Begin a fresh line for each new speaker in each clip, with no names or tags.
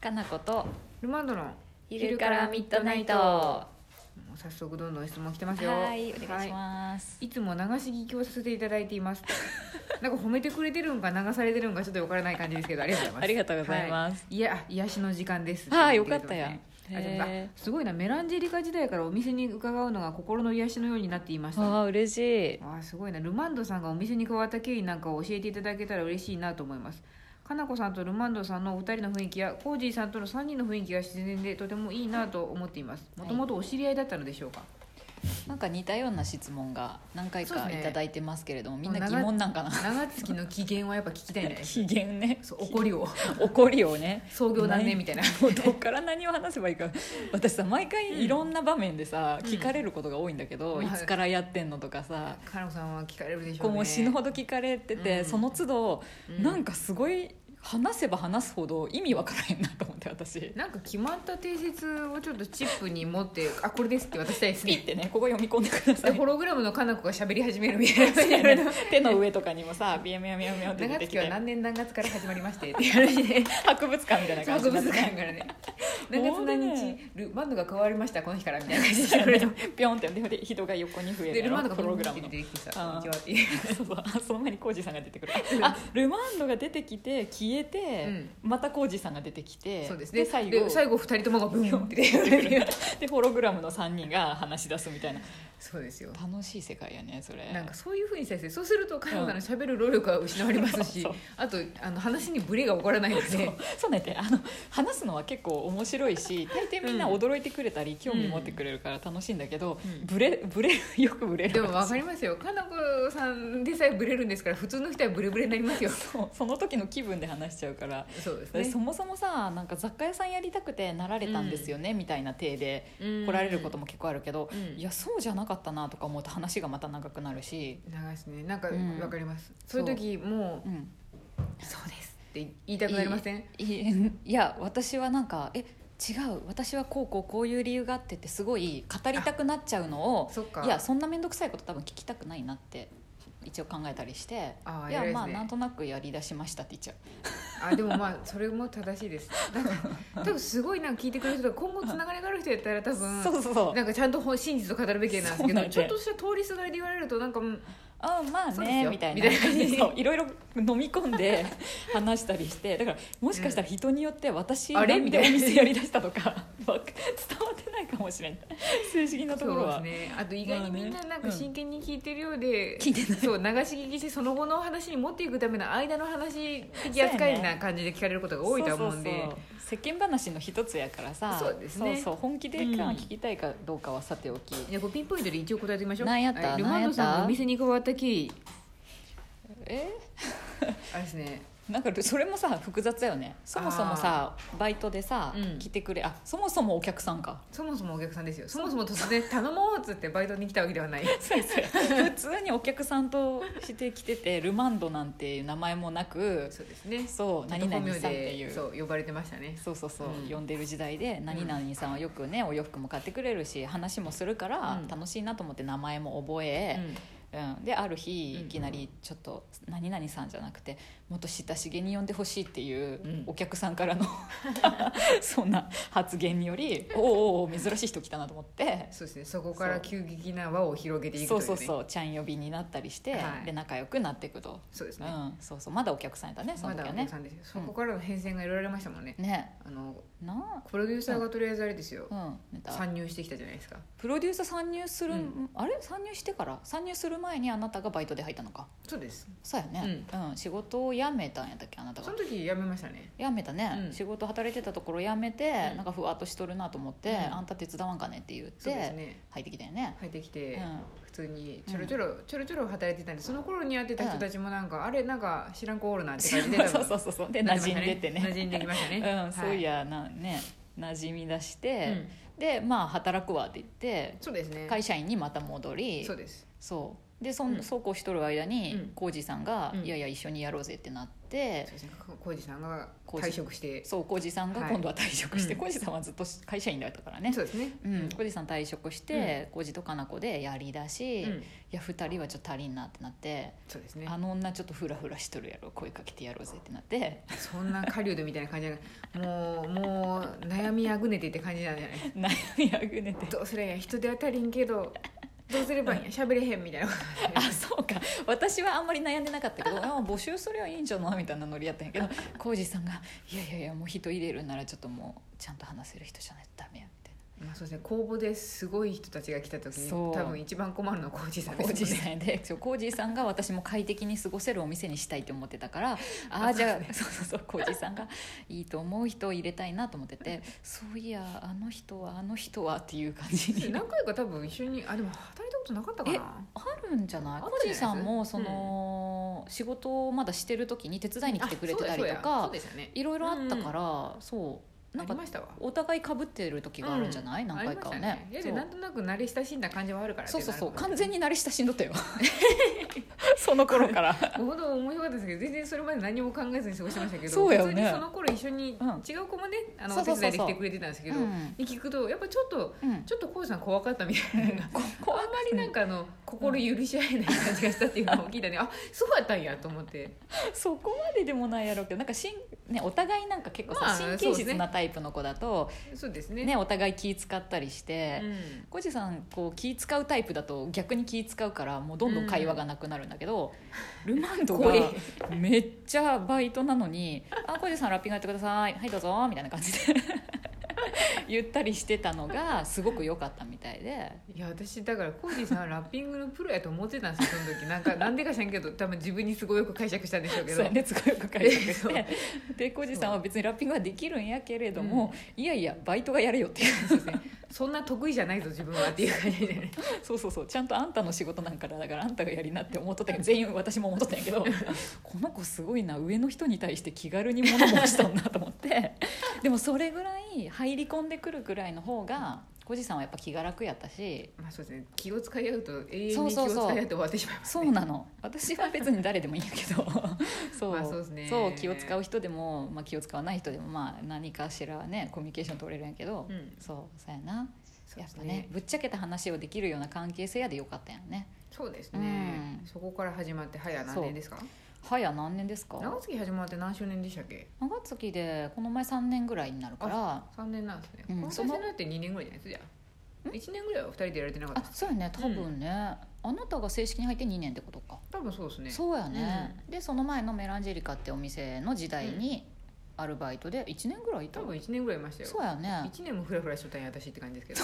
かなこと
ルマンドロン
昼からミッドナイトは
もう早速どんどん質問来てますよ
いお願いし
は
ます、
いいつも流し聞きをさせていただいて いますなんか褒めてくれてるんか流されてるんかちょっとわからない感じですけどありがとうございます
ありがとうございます
はい、いやあ癒しの時間です
はいよかったよ
ありがとうございます
へー
あすごいなメランジェリカ時代からお店に伺うのが心の癒しのようになっていました
わあ嬉しい
わあすごいなルマンドさんがお店に変わった経緯なんかを教えていただけたら嬉しいなと思いますかなこさんとルマンドさんのお二人の雰囲気やコージーさんとの3人の雰囲気が自然でとてもいいなと思っていますもともとお知り合いだったのでしょうか、
なんか似たような質問が何回
そう
か
ですね
いただいてますけれども、みん
も
な
う
疑
長い
問なんかな
長月の機嫌はやっぱ聞きたいんじゃないです か
機嫌ね
そう怒りを
怒りをね
創業何年みたいな
もうどっから何を話せばいいか私さ毎回いろんな場面でさ、
うん
聞かれることが多いんだけど、
うん
いつからやってんのとかさ、
かなこさんは聞かれるでしょう
こ
ね
うもう死ぬほど聞かれてて、
うん
その都度、
うん
なんかすごい話せば話すほど意味わからへんなと思って私
なんか決まった定説をちょっとチップに持ってあこれですって渡したいです
ピッ
ね
てねここ読み込んでくださ
で
い
ホログラムのかなこが喋り始めるみたい
そうやね
な
手の上とかにもさビヤビヤビヤビヤって出
長
てき
月は
て
何年何月から始まりましてって いう話で
博物館みたいな感じ
博
にな
物
って
館
ね
からね
もう
何
ね
月何日ルバンドが変わりましたこの日からみたいな感じでしてくれる
ピョンってで人が横に増え
で
るの
ルバンドが
プ
ブン
ログ
ブン
ラ
って
ムの
出てきてさ「
あー
こんにちは」っていう
そうそうあその前にコージさんが出てくるあルマンドが出てきて消えて、またコージさんが出てきて
そうですね
最
で
後
最後2人ともがブンっ て出てくれる
でホログラムの3人が話し出すみたいな
そうですよ
楽しい世界やねそれ
なんかそういうふうに先生そうすると彼女の喋る労力は失われますし、
そう
あとあの話にブレが起こらないの
そう
で
そうなんやってあの話すのは結構面白いし大抵みんな
うん
驚いてくれたり、興味持ってくれるから楽しいんだけど、
うん
ブレ ブレよくブレる
でも分かりますよかなこさんでさえブレるんですから普通の人はブレブレになりますよ
そうその時の気分で話しちゃうから。
そうです
でそ
ね
もそもさなんか雑貨屋さんやりたくてなられたんですよね、みたいな体で来
来
られることも結構あるけど、
うん
いやそうじゃなかったなとか思うと話がまた長くなるし、
長いですねなんか
うん
分かります、
そ
そうういう時も
う、
うん「そうです」って言いたくなりません
いいいや 私はなんかえ違う私はこうこうこういう理由があってってすごい語りたくなっちゃうのを
そっか
いやそんな面倒くさいこと多分聞きたくないなって一応考えたりして
あー
いや
偉いですね
まあなんとなくやりだしましたって言っちゃう
あでもまあそれも正しいですなんか多分すごいなんか聞いてくれる人が今後つながりがある人やったら多分
そうそうそう
なんかちゃんと本真実を語るべきなんです
そう
け
なん
ど
で
ちょっとした通りすがりで言われるとなんかうん
あまあ
そうです
ね
よ
みたい
み
な
たいな感 じ
そういろいろ飲み込んで話したりしてだからもしかしたら人によって私
あれ
なん
み
で
た
お
いな
店やりだしたとか わか伝わってないかもしれない正直なところ
そう
は、
ですねあと意外にみん
まあ
な
ね
なんか真剣に聞いてるようで、
聞いてない
そう流し聞きしてその後の話に持っていくための間の話的扱いな感じで聞かれることが多いと思うんで
そうそうそう世間話の一つやからさ
そうですね
そうそう本気で
うん
聞きたいかどうかはさておき、
じゃあこうピンポイントで一応答えてみましょう
なんやった
はいル
なん
マン
やっ
ド
た
さんのお店に変わった経緯
え
あれですね
なんかそれもさ複雑だよねそもそもさバイトでさ、
うん
来てくれあそもそもお客さんか
そもそもお客さんですよそもそも突然頼もうっつってバイトに来たわけでは ない
そうそう 普通にお客さんとして来ててルマンドなんていう名前もなく
そうですね
そう何々さんっていう
そう呼ばれてましたね
そうそうそう、
うん
呼んでる時代で何々さんはよくねお洋服も買ってくれるし話もするから
うん
楽しいなと思って名前も覚え、うんである日
う
い
ん
きなりちょっと「何々さん」じゃなくてもっと親しげに呼んでほしいっていう
うん
お客さん からのそんな発言により「おうおうおう珍しい人来たな」と思って。
そうですねそこから急激な輪を広げていくと
そ
いううね
そうそうちゃん呼びになったりして、
はい
で仲良くなっていくと、
そうです
う
ね
ん、そうそうまだお客さんやったねそ
ま
の時
だ
は
お
ね
客さんですよそこからの変遷がいろいろありましたもんね
ね
あの
な
プロデューサーがとりあえずあれですよ
あうんネタ
参入してきたじゃないですか
プロデューサー参入する、
うん
あれ参入してから参入する前にあなたがバイトで入ったのか
そうです
そうやね、うん仕事を辞めたんやったっけあなた
そ
が
の時辞めましたね
辞めたね、
うん
仕事働いてたところ辞めて、
うん
なんかふわっとしとるなと思って、
うん
あんた手伝わんかねって言っ
そうです
て
ね
入ってきたよね
入ってきて、
うん
普通にちょろちょろちょろちょろ働いてたんでその頃に会ってた人たちもなんか、あれなんか知らん子おるなって感じで多分
そうそうそうそうで
な
馴
っ
染
てまし
ん
た
でってね
馴染んできましたね、
うん、そうい
や、
やなね馴染み出し
う
て、
ん
でまあ働くわって言って
そうですね
会社員にまた戻り
そうです
そでそん、
うん
そうこうしとる間に、
うん
浩二さんが、
うん
いやいや一緒にやろうぜ」ってなって
そうですねこ浩二さんが
浩二
退職して
そう浩二さんが
はい
今度は退職して
うん
浩二、さんはずっと会社員だったからね
そうですね
浩二、うん、浩二さん退職して浩二、とかなこでやりだし、
う
い
ん
や2人はちょっと足りんなってなって、
そうですね
あの女ちょっとフラフラしとるやろ声かけてやろうぜってなって
そんな狩人みたいな感じじゃないもうもう悩みあぐねてって感じなんじゃない
悩みあぐねて
どうすりゃいいんや人手は足りんけどどうすればいいんや喋れへんみたいなこと
あそうか私はあんまり悩んでなかったけどあ募集すりゃいいんじゃないみたいなノリやったんやけど浩二さんが「いやいやいやもう人入れるんならちょっともうちゃんと話せる人じゃないとダメや」みたい
まあそうですね公募ですごい人たちが来た時に
そう
多分一番困るのは浩二さん
な浩
です
二
もん
さ
ね
んでそう浩二さんが私も快適に過ごせるお店にしたいと思ってたからああじゃあそうそうそう浩二さんがいいと思う人を入れたいなと思っててそういやあの人はあの人はっていう感じに
何回か多分一緒にあでも働いたことなかったかな
あるんじゃない
あるん
浩
じゃな
二
い
さんもその、仕事をまだしてる時に手伝いに来てくれてたりと
あ
か
そうだそうやそうでしたね
いろいろあったから、そうなん
な
ん
かあ
か
りましたわ
お互い被ってる時があるんじゃない、何回かはね
ありましたいやでなんとなく慣れ親しんだ感じはあるから
そうそうそうそう完
に
全に慣れ親しんど ったよその頃から
ほど面白かったですけど全然それまで何も考えずに過ごしてましたけど
そうやよね
普通にその頃一緒に
うん
違う子もね、あの
そうそ
お手
うそうそう
伝いで来てくれてたんですけど
うん
に聞くとやっぱちょっと
うん
ちょっと浩二さん怖かったみたいな。
こ
あんまりなんかあの心許し合えない感じがしたっていうのを聞いたねあそうやったんやと思って
そこまででもないやろうけどなんかしん、ね、お互いなんか結構さ、
まあ
神
そう
経
ですね
質なタイプの子だと、
そうですね
ねお互い気使ったりし
う
て、
ん、
コジさんこう気使うタイプだと逆に気使うからもうどんどん会話がなくなるんだけど、ルマンドが
怖い
めっちゃバイトなのに「あコジさんラッピングやってくださいはいどうぞ」みたいな感じで 言ったりしてたのがすごく良かったみたいで
いや私だから浩二さんはラッピングのプロやと思ってた んですよその時なんかなんでか知らんけど多分自分にすごいよく解釈したんでしょうけ
そ
ど
う熱がよく解釈し
そう
てでコジさんは別にラッピングはできるんやけれども、いやいやバイトがやれよっていう
そうですねそんな得意じゃないぞ自分はっていう感じでね
そうそうそうちゃんとあんたの仕事なんかだだからあんたがやりなって思っとったけど全員私も思っとったんや けどこの子すごいな上の人に対して気軽に物申したんだと思 ってでもそれぐらい入り込んでくるぐらいの方が小路さんはやっぱ気が楽やったし
まあそうですね気を使い合うと永遠
そう
に気
そ
を
うそう
使い合って終わってしまいます
そうなの私は別に誰でもいいんやけ どそう,、
まあそうですね
そう気を使う人でも、まあ、気を使わない人でも、まあ、何かしらねコミュニケーション取れるんやけど、
うん
そうそうやな
そう
や
で
っ
す
ぱねぶっちゃけた話をできるような関係性やでよかったんやね
そうですね、
うん
そこから始まって早何年ですか
はや何年ですか
長月始まって何周年でしたっけ
長月でこの前3年ぐらいになるからあ
三年なんですね、
うん
この
そ
最
の
初のって二年ぐらいじゃないですかじゃあ一年ぐらいは二人でやられてなかったです
そうやね多分ね、あなたが正式に入って2年ってことか、
多分そうですね
そうやね、でその前のメランジェリカってお店の時代にアルバイトで1年ぐらいいた
多分一年ぐらいいましたよ
そうやね
一年もフラフラしとったんや私って感じですけど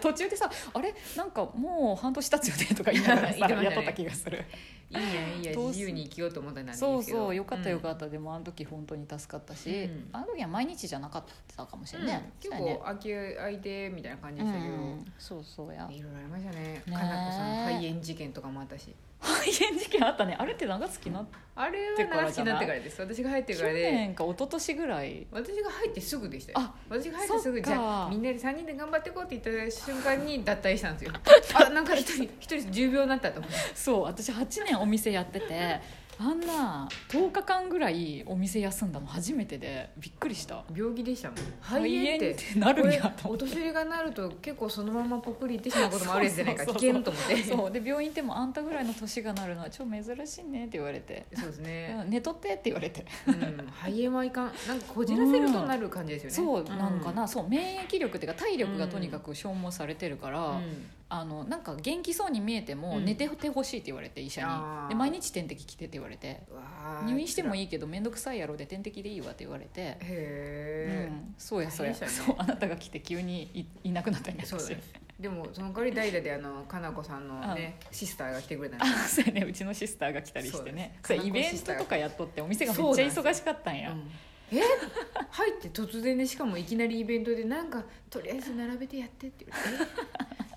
途中でさ「あれなんかもう半年経つよね」とか言いながらさ
言ってましたね
やっとった気がする
いいやいいや
どうす
自由に生きようと思ったんですけ
そ
ど
うそうよかったよか
っ
った、でもあの時本当に助かったし、
うん
あの時は毎日じゃなかったかもしれない、ね
結
そうや
構
ね
空き空いてみたいな感じ
う
でしたけど、
ん、そうそうや
いろいろありましたね
え
かなこさん肺炎事件とかもあったし
肺炎事件あったねあれって長月な
あれ
て
は
から
長
じ
月
ゃ
に
ない
なってからです私が入ってか
去
らで
年か一昨年ぐらい
私が入ってすぐでしたよ
あ
私が入ってす
そっ
ぐ
か
じゃあみんなで3人で頑張ってこうって言った瞬間に脱退したんで すよあなんか一人一人10秒になったと思って
そう私8年お店やっててあんな10日間ぐらいお店休んだの初めてでびっくりした
病気でしたもん
肺
肺炎っ
炎って
て
な
こ
るん
れ
やと思
お
って
年寄りがなると結構そのままポクリってしまうこともあるやつじゃない か
そう
危
そうそう
険と思ってそう
そうで病院行っても「あんたぐらいの年がなるのは超珍しいね」って言われて
です
「
ね、
うん寝とって」って言われて、
うん、肺炎はいかんなんかこじらせるとなる感じですよね、
そうなんか
う
な、そう免疫力っていうか体力がとにかく消耗されてるから、
うん
あのなんか元気そうに見えても
うん
寝ててほしいって言われて医者
あ
に
ー
で毎日点滴来てって言われて
うわー
入院しても
辛い
いいけど面倒くさいやろで点滴でいいわって言われて
へ
う
え、
ん、そうやそうや、
大変でしたね
そうあなたが来て急にいいなくなったんや
そう
私
ですでもその代わり代打であのかなこさんのね、シスターが来てくれたんで
あそうやねうちのシスターが来たりしてね
そ
そうう
です
イベントとかやっとってお店がめっちゃ忙しかったんや
うんえ 入 って突然でしかもいきなりイベントでなんかとりあえず並べてやってって言われて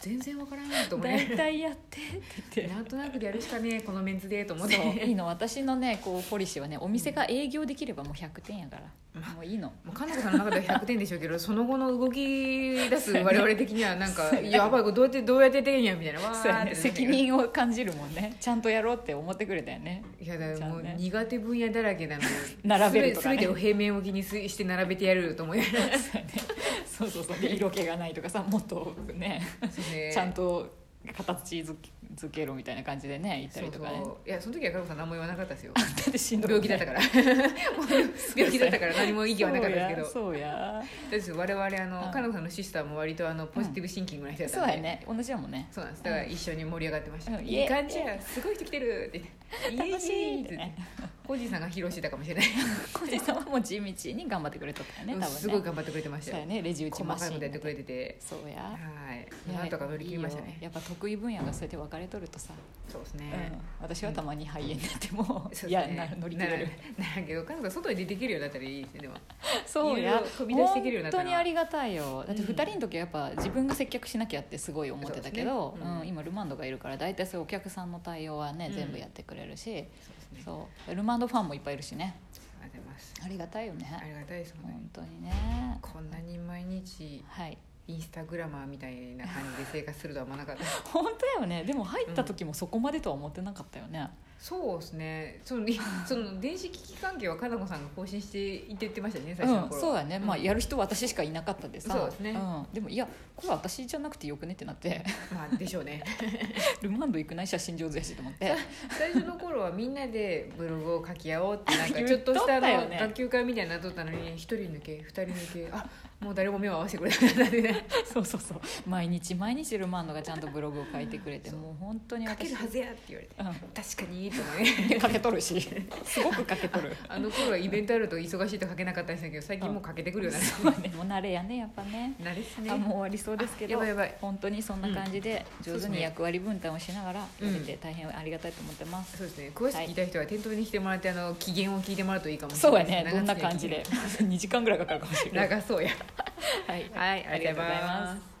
全然わからないと思
大
ね
体やってって言って
なんとなくでやるしかねえこのメンズでと思っ
そういい
て
の私のねこうポリシーはねお店が営業できればもう100点やからもういいの
もうかなこさんの中では100点でしょうけどその後の動き出す我々的にはなんかやばいこれどうやってどうやってやってんやみたいなわーっ
そ
て
う
な
や
んだ
ね
けど
責任を感じるもんねちゃんとやろうって思ってくれたよね
いやだからもう
じゃあね
苦手分野だらけなので
並べると
す
かね
べてを平面を気にして並べてやると思いながら
そうやねそうそう そうで色気がないとかさもっとね
ですね
ちゃんと形づづけろみたいな感じでね言った
そう
りとかね
そういやその時は加藤さん何も言わなかったですよ
だってしんどい
病気だった
ら
からもう病気だったから何も意見はなかったですけど
そうや
です我々あの、
うん
加藤さんのシスターも割とあのポジティブシンキングな人だっ
そ
た
うん
で、
やね同じやもんね
そうなんですだから一緒に盛り上がってました、
うん
いい感じやすごい人来てるって言って
楽しいって
イエーイっ
ね
て コージーさんが披露してたかもしれない、
小路さんはもう地道に頑張ってくれとったよね多分ね
すごい頑張ってくれてまし
そう
た
や
よ、
ねレジ打ち
細
マ
かい
シ
こ
ン
とやってくれてて
そうや
はい
いや
なんとか乗り切りました
いい
ね
よやっぱ得意分野がそうやって分かれとるとさ、
そうです
うん
ね、
私はたまに肺炎になっても、
そう
い
です
や
ね
な乗り切れる
ならな らけど彼女が外に出てけるようになったらいいですねでも
そう
いろい
や
ろ飛び出していけるようになった
本
な
当にありがたいよだって
うん
2人の時はやっぱ自分が接客しなきゃってすごい思ってたけど
そう
う、
ですねうん
ん、今ルマンドがいるから大体そういうお客さんの対応はね、
うん
全部やってくれるし
そうですね
そうルマンドファンもいっぱいいるしね
ありがとうございます
ありがたいよ
あり
ね
がたいですもんね
本当にね
こんなに毎日
はい
インスタグラマーみたいな感じで生活するとは思わなかった
本当よねでも入った時もそこまでとは思ってなかったよね、
そうですね そのその電子機器関係はかなこさんが更新していって言ってましたね
う
最初の
ん、
頃、
そうやね、まあ、
ん
やる人は私しかいなかったでさ
そうですね
ん、でもいやこれ私じゃなくてよくねってなって
まあでしょうね
ルマンド行くない写真上手やしと思って
最初の頃はみんなでブログを書き合おうってなんか
言っ
ちょっとしたあ
とったよ
の
ね
学級会みたいになっとったのに一人抜け二人抜けあもう誰も目を合わせてくれなかったん でね
そうそうそう毎日毎日ルマンドがちゃんとブログを書いてくれて
そう
もう本当に
書け
私
るはずやって言われて
う
確かにと思ね
ん で書けとるしすごく書けとる
あの頃はイベントあると忙しいと書けなかったんですけど最近もう書けてくるようになっ
そうねもう慣れやねやっぱね
た慣れっすね
あもう終わりそうですけど
あやばいやばい
本当にそんな感じで
う
上手
んそうです
に
ね
役割分担をしながらや
うん
れて大変ありがたいと思ってます、
そうですね詳しく聞いた人は店頭に来てもらってあの機嫌を聞いてもらうといいかもしれ
そう
な
や
いで
ね
す
どんな感じで2時間ぐらいかかるかもしれない
長そうや
はい
はいありがとうございます